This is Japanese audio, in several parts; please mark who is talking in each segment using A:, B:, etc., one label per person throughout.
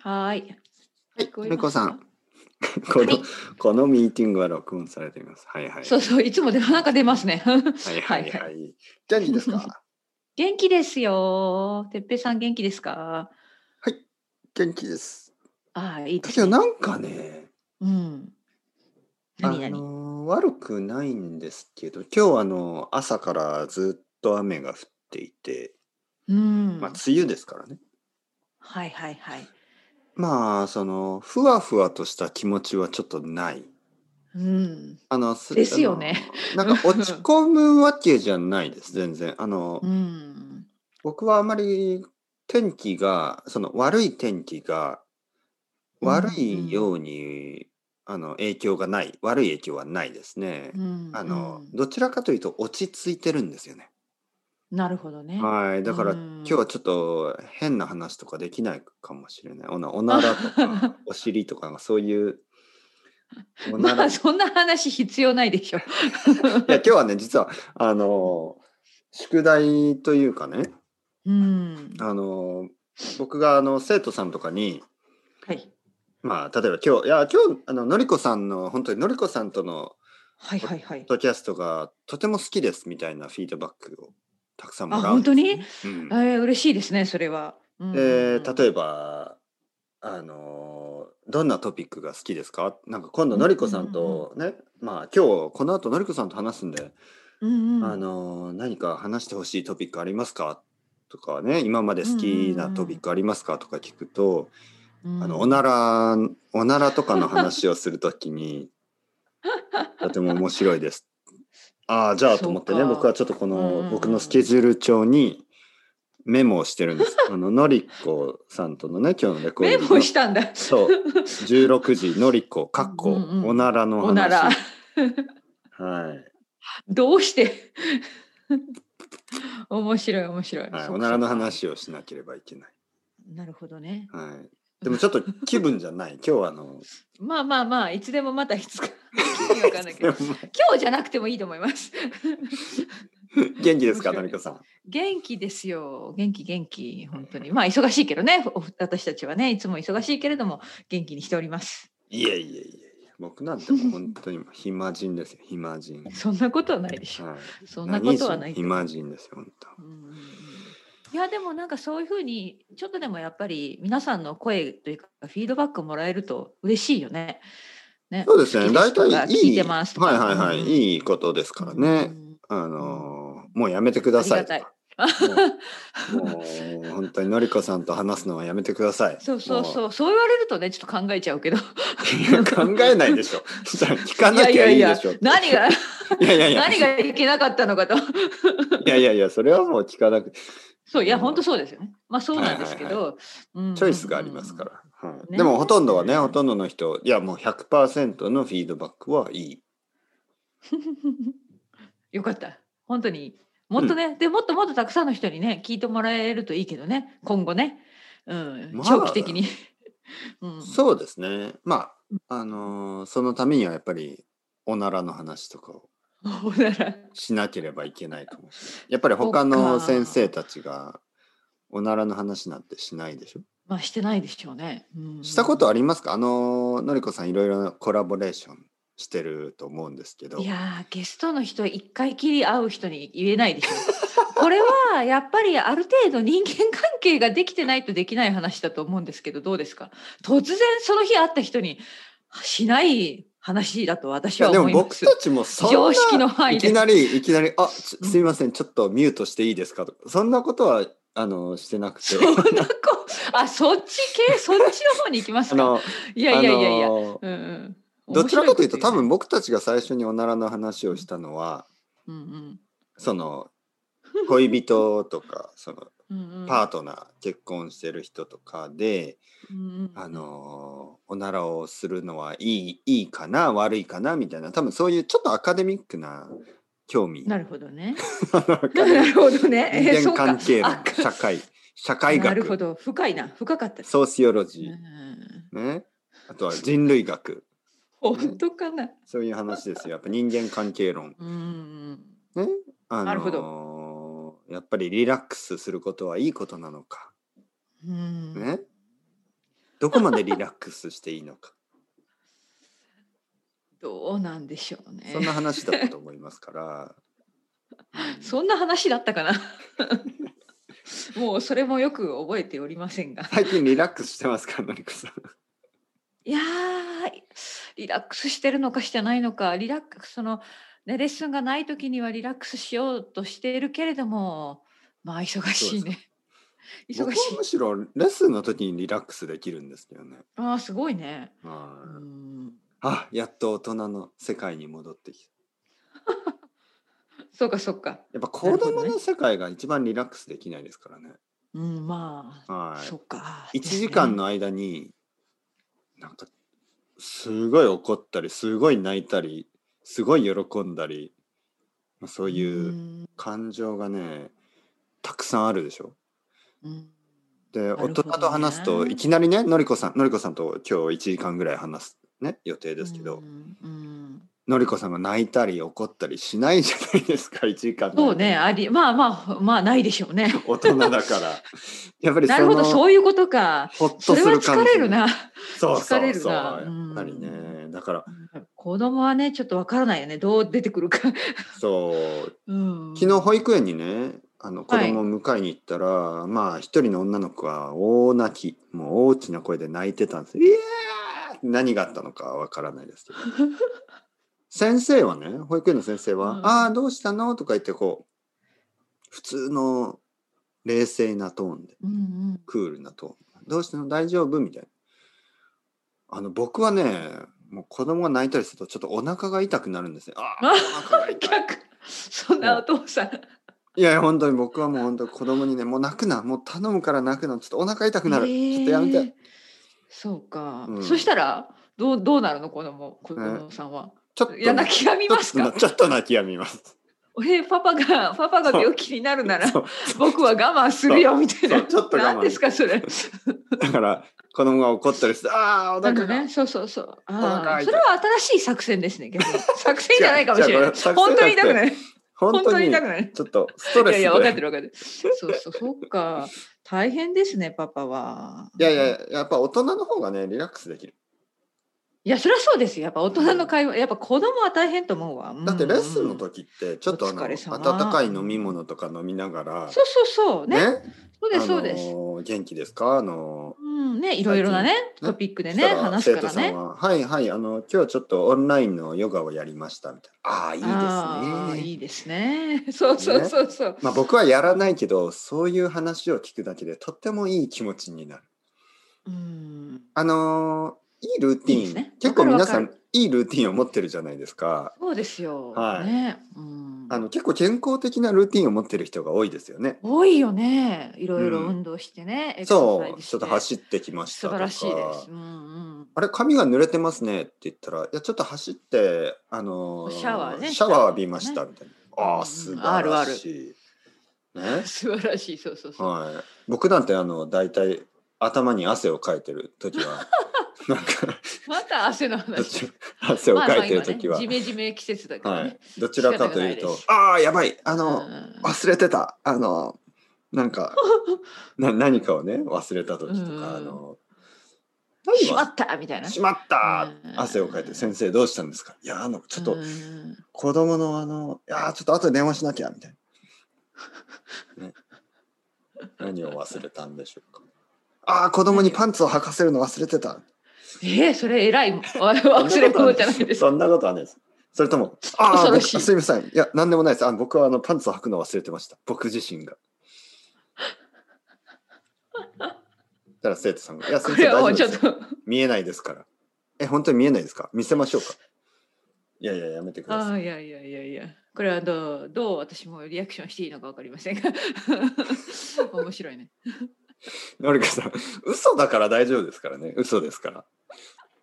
A: はーい。
B: はい
A: 聞こえますか
B: のりこさん。 この、このミーティングは録音されています。はいはい。
A: そうそう、いつもでもなんか出ますね。
B: はいはい
A: はい
B: はい。元気で すか
A: 元気ですよ。てっぺいさん元気ですか
B: 元気です。
A: ああ、いいで
B: だ
A: す
B: けど
A: ね。
B: なんかね、
A: うん。
B: あ
A: 何々。
B: のー悪くないんですけど、今日あの朝からずっと雨が降っていて、
A: うん。
B: まあ梅雨ですからね。
A: はいはいはい。
B: まあそのふわふわとした気持ちはちょっとない。
A: うん。
B: あのす
A: ですよね
B: あのなんか落ち込むわけじゃないです。全然あの、
A: うん。
B: 僕はあまり天気がその悪い天気が
A: うん
B: 悪いように、あの影響がない悪い影響はないですね。
A: うん
B: あ
A: う
B: の
A: ん
B: どちらかというと落ち着いてるんですよね。
A: なるほどね。
B: はいだから
A: うん
B: 今日はちょっと変な話とかできないかもしれない。おなおならと かお尻とかそういうおな
A: ま
B: ら
A: あ、そんな話必要ないでしょ。
B: いや今日はね実はあの宿題というかね
A: うん。
B: あの僕があの生徒さんとかに
A: はい。
B: まあ例えば今日いや今日あののりこさんの本当にのりこさんとの
A: はいはいはい
B: ポ。ッドキャストがとても好きですみたいなフィードバックをたくさんもら
A: あ
B: うんです、ね、
A: えー、嬉しいですね、それは。うん
B: うん
A: うん
B: で例えばあのどんなトピックが好きですかなんか今度のりこさんとね、まあ今日この後のりこさんと話すんで
A: うんうん
B: あの何か話してほしいトピックありますかとかね今まで好きなトピックありますかとか聞くと、
A: うん
B: あのおならおならとかの話をするとき にとても面白いです。ああじゃあと思ってね
A: そうか
B: 僕はちょっとこ
A: うんう
B: の
A: ん
B: 僕のスケジュール帳にメモをしてる んです。あののりこさんとのね今日のレコー
A: メ
B: ディング
A: モ
B: の
A: したんだ。
B: そう16時のりこかっこ
A: うんうん
B: おならの話。
A: おなら。
B: はい
A: どうして 面白い面白い。
B: はい、
A: そうか
B: おならの
A: そ
B: 話をしなければいけない。
A: うかなるほどね。
B: はいでもちょっと気分じゃない。今日は あの、
A: まあまあまあいつでもまたいつか。 意味わかんないけど今日じゃなくてもいいと思います。
B: 元気ですか、
A: 面白
B: の
A: い
B: りこさん。
A: 元気ですよ。元気元気。本当に。まあ忙しいけどね。お私たちはね、いつも忙しいけれども元気にしております。
B: いえいえいえいえ。僕なんてもう本当に暇人です よ、暇人。はい。
A: そんなことはないでしょ。そんなことはない
B: 何人暇人ですよ、本
A: うんうんうんいやでもなんかそういうふうにちょっとでもやっぱり皆さんの声というかフィードバックもらえると嬉しいよね。ね
B: 当。そうですね、大
A: 好きですと
B: 体
A: か
B: い
A: 聞い
B: い。
A: てますとか
B: はいはいはい、
A: うん
B: いいことですからね。あのーもうやめてくださいとか。もうもう本当にのりこさんと話すのはやめてください。
A: そうそう
B: もう。
A: そうそう言われるとねちょっと考えちゃうけど。
B: いや考えないでしょ。じゃあ聞かなきゃいいでしょ。
A: 何が
B: いやいやいや。
A: 何がいけなかったのかと。
B: いやいやいや、それはもう聞かなく
A: そういや
B: うん
A: 本当そうですよね。まあそうなんですけ
B: はいは
A: ど。うん
B: チョイスがありますか。ら。はい、
A: ね
B: でもほとんどはね、ほとんどの人、いやもう100%のフィードバックはいい。
A: よかった。本当に。もっとね、でもっともっとたくさんの人にね聞いてもらえるといいけどね今後ね、うん
B: まあ
A: 長期的に、 うん、
B: そうですね。まあ、あのーそのためにはやっぱり、おならの話とかを
A: おなら
B: しなければいけないかもしれない。やっぱり他の
A: そっか
B: 先生たちが、おならの話なんてしないでしょ。
A: まあしてないでしょうね、うん
B: したことありますかあのーのりこさんいろいろコラボレーションしてると思うんですけど。
A: いやーゲストの人一回きり会う人に言えないでしょ これはやっぱりある程度人間関係ができてないとできない話だと思うんですけどどうですか突然その日会った人にしない話だと私
B: いや
A: は
B: でも
A: 思いま
B: 僕
A: す
B: たちもそんな
A: 常識の範囲
B: い
A: で
B: きなりいきなり「あす
A: うん
B: すいませんちょっとミュートしていいですか」とかそんなことはあのしてなくて
A: そんなこあそっち系 そっちの方に行きます
B: あ
A: か
B: の
A: いやいやいやい
B: あ
A: や、
B: の
A: うんうん、
B: どちらかというと多分
A: 面
B: 僕たちが最初におならの話をしたのは
A: 白いこと言うね
B: その恋人とかその
A: うんうんうんうん
B: パートナー結婚してる人とかで
A: うんうん
B: あのおならをするのはいいいいかな悪いかなみたいな多分そういうちょっとアカデミックな興味
A: なるほど ね
B: あのアカデミック
A: なるほどね えー
B: 人間関係
A: そう
B: 論
A: かあ
B: 社会社会
A: なるほ
B: 学
A: ど深いな深かったです
B: ソーシオロ
A: う
B: ジ
A: ん
B: ー、ね、あとは人類学
A: 本当かな
B: そういう話ですよやっぱ人間関係論、
A: うん
B: ねあのー
A: なるほ
B: やっぱりリラックスすることはいいことなのか、
A: うん
B: ね、どこまでリラックスしていい のか
A: どうなんでしょうね
B: そんな話だったと思いますから
A: そんな話だったかな もうそれもよく覚えておりませんが
B: 最近リラックスしてますかのりこさん
A: いやーリラックスしてるのかしてないのかリラックスその、ね、レッスンがない時にはリラックスしようとしているけれどもまあ忙しいね 忙
B: 僕は
A: しい
B: むしろレッスンの時にリラックスできるんですけどね
A: ああすごいねう
B: はい
A: ん
B: あやっと大人の世界に戻ってきた
A: そうかそうか
B: やっぱ
A: な
B: 子
A: るほど
B: 供
A: ね
B: の世界が一番リラックスできないですからね
A: うんまあ、
B: はい
A: そうか
B: 1時間の間になんかすごい怒ったりすごい泣いたりすごい喜んだりまあそう
A: と
B: いうう感情がねたくさんあるでしょ。で
A: ほど
B: 大
A: ね
B: 人と話すといきなりねのりこさんのりこさんと今日1時間ぐらい話すね予定ですけど、
A: うんうん
B: のりこさんが泣いたり怒ったりしないじゃないですか1時間の間
A: そうね、あり、まあまあ、まあないでしょうね。
B: 大人だからやっぱり
A: な
B: そ
A: る
B: の
A: ほど、そういうことか。
B: ほっとす
A: それは
B: る感じ
A: 疲れるな。
B: そうそ
A: 疲れ
B: う
A: る
B: そう
A: な
B: やっぱりねだから
A: 子供はね、ちょっとわからないよね、どう出てくるか。
B: そう
A: うん、
B: 昨日保育園にねあの子
A: はい
B: 供を迎えに行ったら、まあ一人の女の子が大泣きもう大きな声で泣いてた んです「いやー!」何があったのかわからないですけど先生はね保育園の先生は「
A: うん
B: ああどうしたの?」とか言ってこう普通の冷静なトーンで
A: うん
B: クールなトーン「どうしたの大丈夫?」みたいなあの僕はねもう子供が泣いたりするとちょっとお腹が痛くなるんですね。ああお腹が
A: うん。
B: 痛い
A: 逆。そんなお父さん。
B: いやいや本当に僕はもう本当に子供にねもう泣くなもう頼むから泣くなちょっとお腹痛くなる、
A: えー
B: ちょっとやめて。
A: そうか。
B: うん
A: そしたら、どう、どうなるの、子供、子供さんは。
B: ちょっと
A: いや、泣きやみます
B: ちょっ
A: か
B: と。ちょっと泣きやみます
A: えーパパが、パパが病気になるなら、
B: そう
A: 僕は我慢するよみたいな。
B: そうちょっと我慢
A: なんですか、それ。
B: だから子供が怒ったりしてああお
A: な
B: 腹
A: んか
B: が、
A: ね、そうそうそう。
B: 腹が
A: ああ、
B: 痛い
A: それは新しい作戦ですね。逆 に作戦じゃないかもしれない。
B: 違う違うこれ作戦
A: 本当に痛くない。
B: 本
A: 本
B: 当
A: 当に
B: に
A: 痛くない。
B: ちょっとスト
A: い
B: レス
A: や
B: で
A: いや、分かってる分かってる。そうそう、そうか。大変ですね、パパは。
B: いやい
A: い
B: ややっぱ大人の方がねリラックスできる
A: や、そりゃそうですよ。やっぱ大人の会話、やっぱ子供は大変と思うわ。うん
B: だってレッスンの。時ってちょっとあ
A: お
B: の
A: 疲れ様
B: 温かい飲み物とか飲みながら
A: そうそうそう。ね。そうです、そうです
B: あ。のー元気ですかあのー
A: うん、ね、いろいろなね、
B: 近ね
A: トピックで
B: そし
A: ね、
B: たら
A: 話すか
B: 生徒
A: ら
B: さん
A: ね。
B: ははいはい、あの、今日ちょっとオンラインのヨガをやりましたみたいな。ああ、いい
A: ああ、
B: ですね。
A: いいですね。 そうそうそうそう。
B: まあ、僕はやらないけど、そういう話を聞くだけで、とってもいい気持ちになる。
A: うん。
B: あのーいいルーティーン
A: いいですね
B: 結構
A: わかる
B: 皆
A: わか
B: さ
A: る
B: ん、いいルーティーンを持ってるじゃないですか。
A: そうですよ。
B: はい
A: ね。うん。
B: あの、結構健康的なルーティーンを持ってる人が多いですよね。
A: 多いよね。いろいろ
B: うん
A: 運動してね。エクササイズ
B: そう、
A: して
B: ちょっと走ってきました
A: 素
B: とか。
A: 晴らしいです。うんうん。
B: あれ髪が濡れてますねって言ったら、いやちょっと走ってあの
A: シャワーね
B: シャワー浴びましたみたいな。
A: うん
B: ああ素晴らしい。ね、
A: 素晴らしい。そうそうそう。
B: はい。僕なんてあのだいたい頭に汗をかいてる時 は、なんか
A: また汗の
B: どっ
A: 話。
B: ち汗を
A: まあまあ
B: かいてる
A: 今ね
B: 時は、
A: ジメジメ季節だから
B: は
A: ね
B: い。。どちらかという
A: 仕方がない
B: と
A: で、す
B: ああやばいあの、
A: うん
B: 忘れてたあのなん かな何かをね忘れた時と
A: うん
B: かあの。
A: しまったみたいな。
B: しまった
A: うん
B: 汗をかいて先生どうしたんですかいやあのちょっと
A: うん
B: 子供のあのいやーちょっと後で電話しなきゃみたいな、 ね、何を忘れたんでしょうかああ子供にパンツを履かせるの忘れてた
A: えー、それ偉い。わ忘れ物じゃないです。
B: そんなことはないですそれともああ
A: 恐ろ
B: 僕
A: しい
B: すみませんいや何でもないですあ僕はあのパンツを履くの忘れてました僕自身がだから生徒さんが「いや
A: こ
B: 先生
A: れは
B: 大
A: も
B: 丈夫
A: うち
B: で
A: ょっ
B: すよ
A: と。
B: 見えないですからえ本当に見えないですか見せましょうかいやいややめてくだ
A: あ
B: さい
A: あ、いやいやいやいや。これはどう、どう私もリアクションしていいのかわかりませんが。 面白いね。
B: のりかさん、嘘だから大丈夫ですからね。嘘ですから。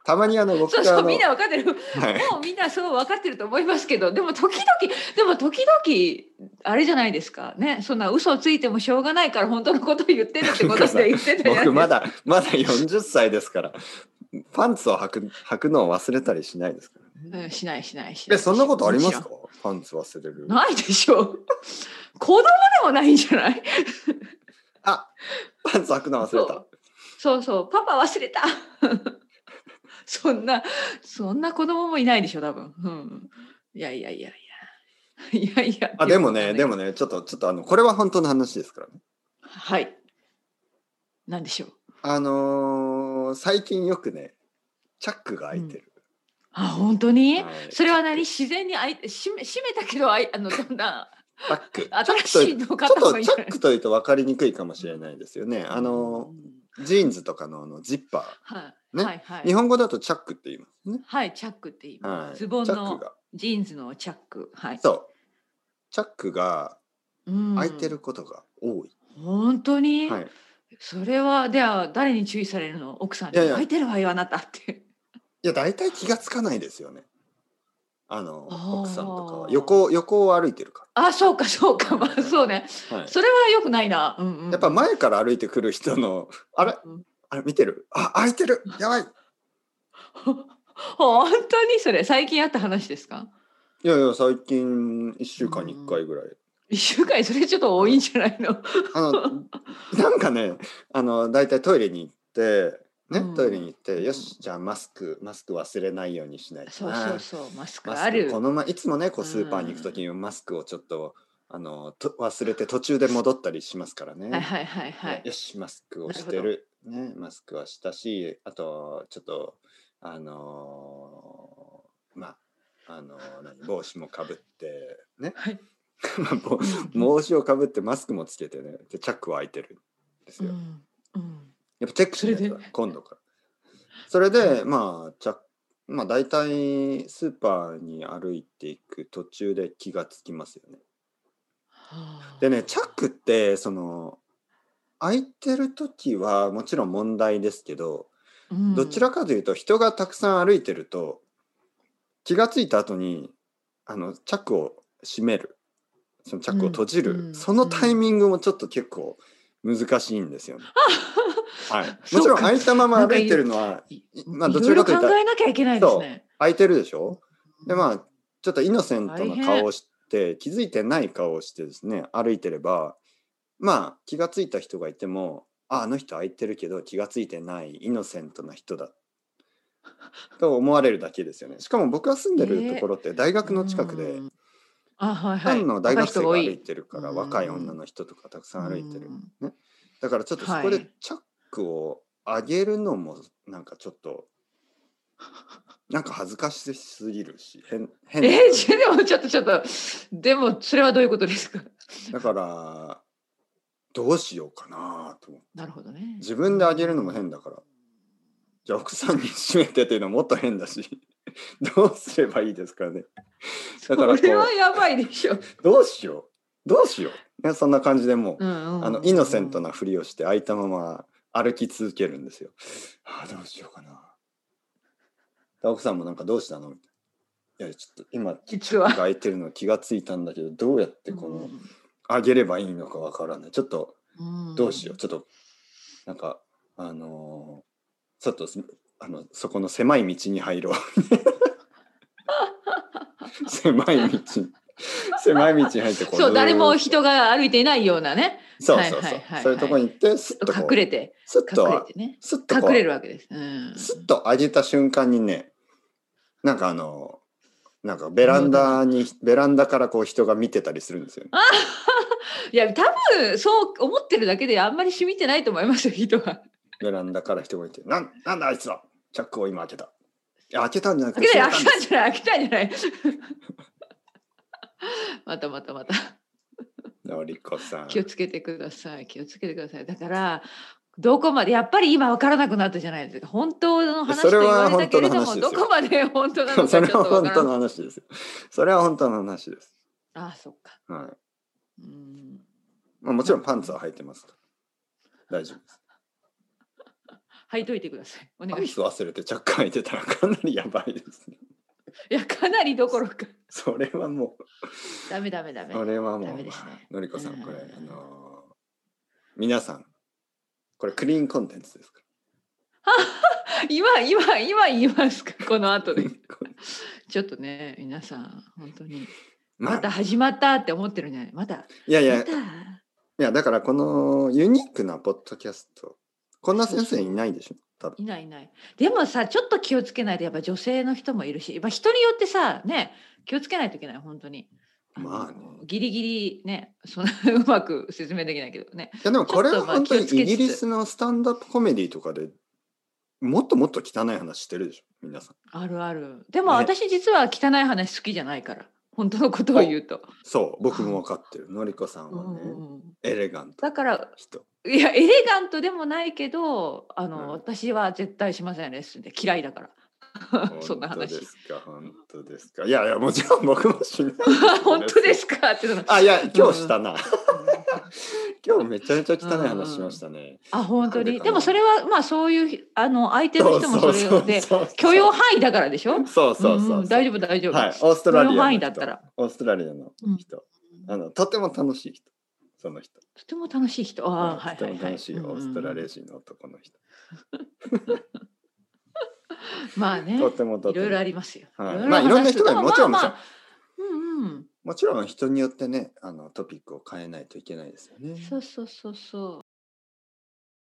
B: たまにあの、僕
A: そう
B: が
A: そ
B: あ
A: う、
B: の、
A: みんなわかってる。
B: はい。
A: もうみんなそう分かってると思いますけどでも時々でも時々あれじゃないですかねそんな嘘をついてもしょうがないから本当のことを言ってるってことで言ってたじゃない
B: 僕ま
A: ですか
B: だ、まだ40歳ですから、パンツを履く、履くのを忘れたりしないですからね。
A: うんしないしないしな
B: え、
A: い
B: そんなことあります
A: も
B: かパンツ忘れる
A: ちろん。ないでしょ う子供でもないんじゃない
B: あ、パンツ履くの忘れ
A: そ
B: た
A: う。そうそう、パパ忘れた。 そんな、そんな子供もいないでしょ、多分。うん。いやいやいやいや。 いやいや。
B: あでもね、で
A: も。
B: もね、ちょっと、ちょっとあの、これは本当の話ですからね。
A: はい。なんでしょう。
B: あのー最近よくね、チャックが開いてる。
A: あ、本当に、
B: はい
A: それは何自然に開いて、閉め閉めたけど、あいあの、だんだ
B: チャック。
A: ん新しいの
B: ちょっ
A: 方も
B: と
A: い
B: チ
A: な
B: ャッ
A: い。
B: クというと分かりにくいかもしれないですよね。あのージーンズとかのあのジッパー。
A: はい、
B: ね
A: はいはい。
B: 日本語だとチャックって言いますね。
A: はい、チャックって言います。
B: はい。
A: ズボン
B: チャッ
A: の
B: クが。
A: ジーンズのチャック。はい。
B: そう。チャックが
A: うん
B: 開いてる。ことが多い。
A: 本当に、
B: はい。
A: それはでは誰に注意されるの奥さんに
B: いやいや
A: 開いてるわよあなたって。
B: いや、大体気がつかないですよね。あの、
A: あー
B: 奥さんとかは。横、横を歩いてるか
A: あそうかそうかまあそうね
B: ら。はい。
A: それは良くないな。うんうん、
B: やっぱ前から歩いてくる人の、あれ
A: うん
B: あれ見てるあ、開いてるやばい
A: 本当にそれ最近あった話ですか
B: いやいや、最近1週間に1回ぐらい。
A: 一週間にそれちょっと多いんじゃないの
B: あ の、なんかね、あの、大体トイレに行って、
A: う
B: ね、
A: ん
B: トイレに行って、
A: うん
B: よし、じゃあマスク、マスク忘れないようにしないと
A: そう
B: な。
A: そうそうマスク
B: マ
A: あ
B: スク
A: る。
B: このまいつもねこうスーパーに行くときにマスクをちょっとあのと忘れて途中で戻ったりしますからね。
A: はいはいはいはい
B: ね。よしマスクをし
A: な
B: て
A: る
B: るねマスクはしたしあとちょっとあのーまああのー何帽子もかぶってね、
A: はい
B: まあ帽
A: うん
B: 帽子をかぶってマスクもつけてねでチャックは開いてるんです
A: う
B: よ。
A: んうん
B: やっぱチェックしない
A: それ
B: と
A: で
B: 今度から。それで、まあ、チャッまあ、大体スーパーに歩いていく途中で気がつきますよね。
A: はあ
B: でね、チャックって、その、空いてる時はもちろん問題ですけど、
A: うん
B: ど ちらかというと人がたくさん歩いてると、気がついた後に、あの、チャックを閉める。そのチャックを閉じる、
A: うんうん
B: そのタイミングもちょっと結構難しいんですよね。はい、もち
A: そう
B: ろん
A: か
B: 開いたまま歩いてるのはいまあど
A: い
B: ち
A: ろい
B: ら
A: ろ
B: か
A: 考
B: というと
A: えなきゃいけないですね。
B: 開いてるでしょでまあちょっとイノセントな顔をして気づいてない顔をしてですね歩いてればまあ気がついた人がいてもああの人開いてるけど気がついてないイノセントな 人だと思われるだけですよねしかも僕が住んでるところって大学の近く
A: う
B: で
A: んあはいはい。
B: 単の大学生が
A: 若
B: 歩
A: い人
B: いてるから
A: うん
B: 若い女の人とかたくさん歩いてる
A: うん
B: だからちょっとそこでチャックを上げるのもなんかちょっとなんか恥ずかしすぎるし変変
A: えーちょでもちょっとちょっとでもそれはどういうことですか
B: だからどうしようかなと思って
A: なるほどね
B: 自分で上げるのも変だからじゃあ奥さんに締めてっていうのもっと変だし どうすればいいですかねだからこ
A: これは
B: う
A: やばいでしょ、
B: どうしようどうしよう、ね、そんな感じでもう
A: うんうんうん
B: あのイノセントなふりをして開いたまま歩き続けるんですよ。ああどうしようかな。で奥さんもなんかどうしたのみたいな。いやちょっと今
A: 実は
B: 開いてるの気がついたんだけどどうやってこの
A: ん
B: 上げればいいのかわからない。ちょっと
A: ん
B: どうしよう。ちょっとなんかあのーちょっとすあのそこの狭い道に入 ろう。狭い道狭い道に入ってこ
A: そう誰も
B: を
A: 人が歩いていないようなね
B: そうそう
A: はいはいは
B: そう
A: いはい
B: そういうとこに行ってすっとこう
A: 隠れて
B: すっ
A: 隠れ
B: と
A: てね
B: すっとこ
A: 隠れ
B: う
A: るわけです、うん、
B: すっと上げた瞬間にねなんかあのなんかベランダにベランダからこう人が見てたりするんですよ、ね、
A: いや多分そう思ってるだけであんまり染みてないと思いますよ人 は
B: ベランダから人がいて「なんなんだあいつはチャックを今開けた」いや「開けたんじゃなく
A: 開
B: て
A: けたい
B: 閉め
A: 開
B: た
A: けたん
B: んだ
A: じゃない開けたんじゃ ないまたまたまた」
B: のりこさん
A: 気をつけてください気をつけてくださいだからどこまでやっぱり今分からなくなったじゃないですか本当の話と言われたけれども
B: それ
A: ど
B: は本当の
A: こまで 本当なのかち
B: そ
A: ょっ
B: れ
A: と
B: は
A: 分
B: 本
A: からな
B: 当の
A: い
B: 話ですそれは本当の話です、
A: ああそっか
B: はい
A: うん
B: まあ、もちろんパンツは履いてますから大丈夫です
A: 履いといてくださいお
B: パ
A: 願
B: ン
A: いし
B: ツ忘れてチャック開いてたらかなりやばいですね
A: ますいやかなりどころか
B: それはもう
A: ダメダメダメ
B: これはも
A: ダ
B: う、
A: メですね
B: のりこさんこれ、
A: うん
B: あのー皆さんこれクリーンコンテンツですか
A: 今今今言いますかこの後
B: ら
A: でちょっとね皆さん本当に
B: ま
A: また
B: あ
A: 始まったって思ってるんじゃないまた
B: いやいや
A: ま
B: い
A: た
B: やだからこのユニークなポッドキャストこんな先生いないでしょ多分
A: いないいない。でもさ、ちょっと気をつけないと、やっぱ女性の人もいるし、まあ、人によってさ、ね、気をつけないといけない、本当に。
B: まあね
A: のギリギリね、そんな うまく説明できないけどね。
B: いやでもこれは本当
A: ちょ
B: に
A: っとまあ
B: イギリスのスタンダップコメディとかでもっともっと汚い話してるでしょ皆さん
A: あるある。でも
B: ね
A: 私実は汚い話好きじゃないから、本当のことを言うと。
B: そう僕も分かってるのりこさん
A: う
B: は
A: ん
B: ね、
A: うんうん
B: エレガントな
A: だから、
B: 人
A: いや、エレガントでもないけど、あの、
B: うん
A: 私は絶対しません、レッスンで。嫌いだから。 そんな
B: 本当で
A: 話。
B: すか本当ですかいやいやもちろん僕もしないですよ
A: あ 本当ですかって いうのが。
B: あいや今日したな、今日めちゃめちゃ汚い話しましたね、
A: あ本当
B: なんで
A: に
B: かな
A: でもそれはまあそういうあの相手の人もそれで
B: そう
A: 許容範囲だからでしょ
B: そうそうそうそう、
A: ん大丈夫大丈夫、
B: はいオーストラリア
A: 許容
B: の人
A: 範囲だったら
B: オーストラリアの人、あのとても楽しい人その人
A: とても楽しい人あーはい
B: と
A: は
B: て
A: い
B: も
A: はい
B: 楽しいオーストラリア人の男の人、
A: うんまあね
B: とてもと
A: い
B: て
A: ろいろ
B: も
A: ありますよ、
B: はい
A: ろろ
B: まあいろんな人
A: 話
B: が
A: す
B: もちろん
A: まあ
B: も
A: まあ
B: ち
A: うんうん
B: もちろん人によってねあのトピックを変えないといけないですよね
A: そうそうそうそう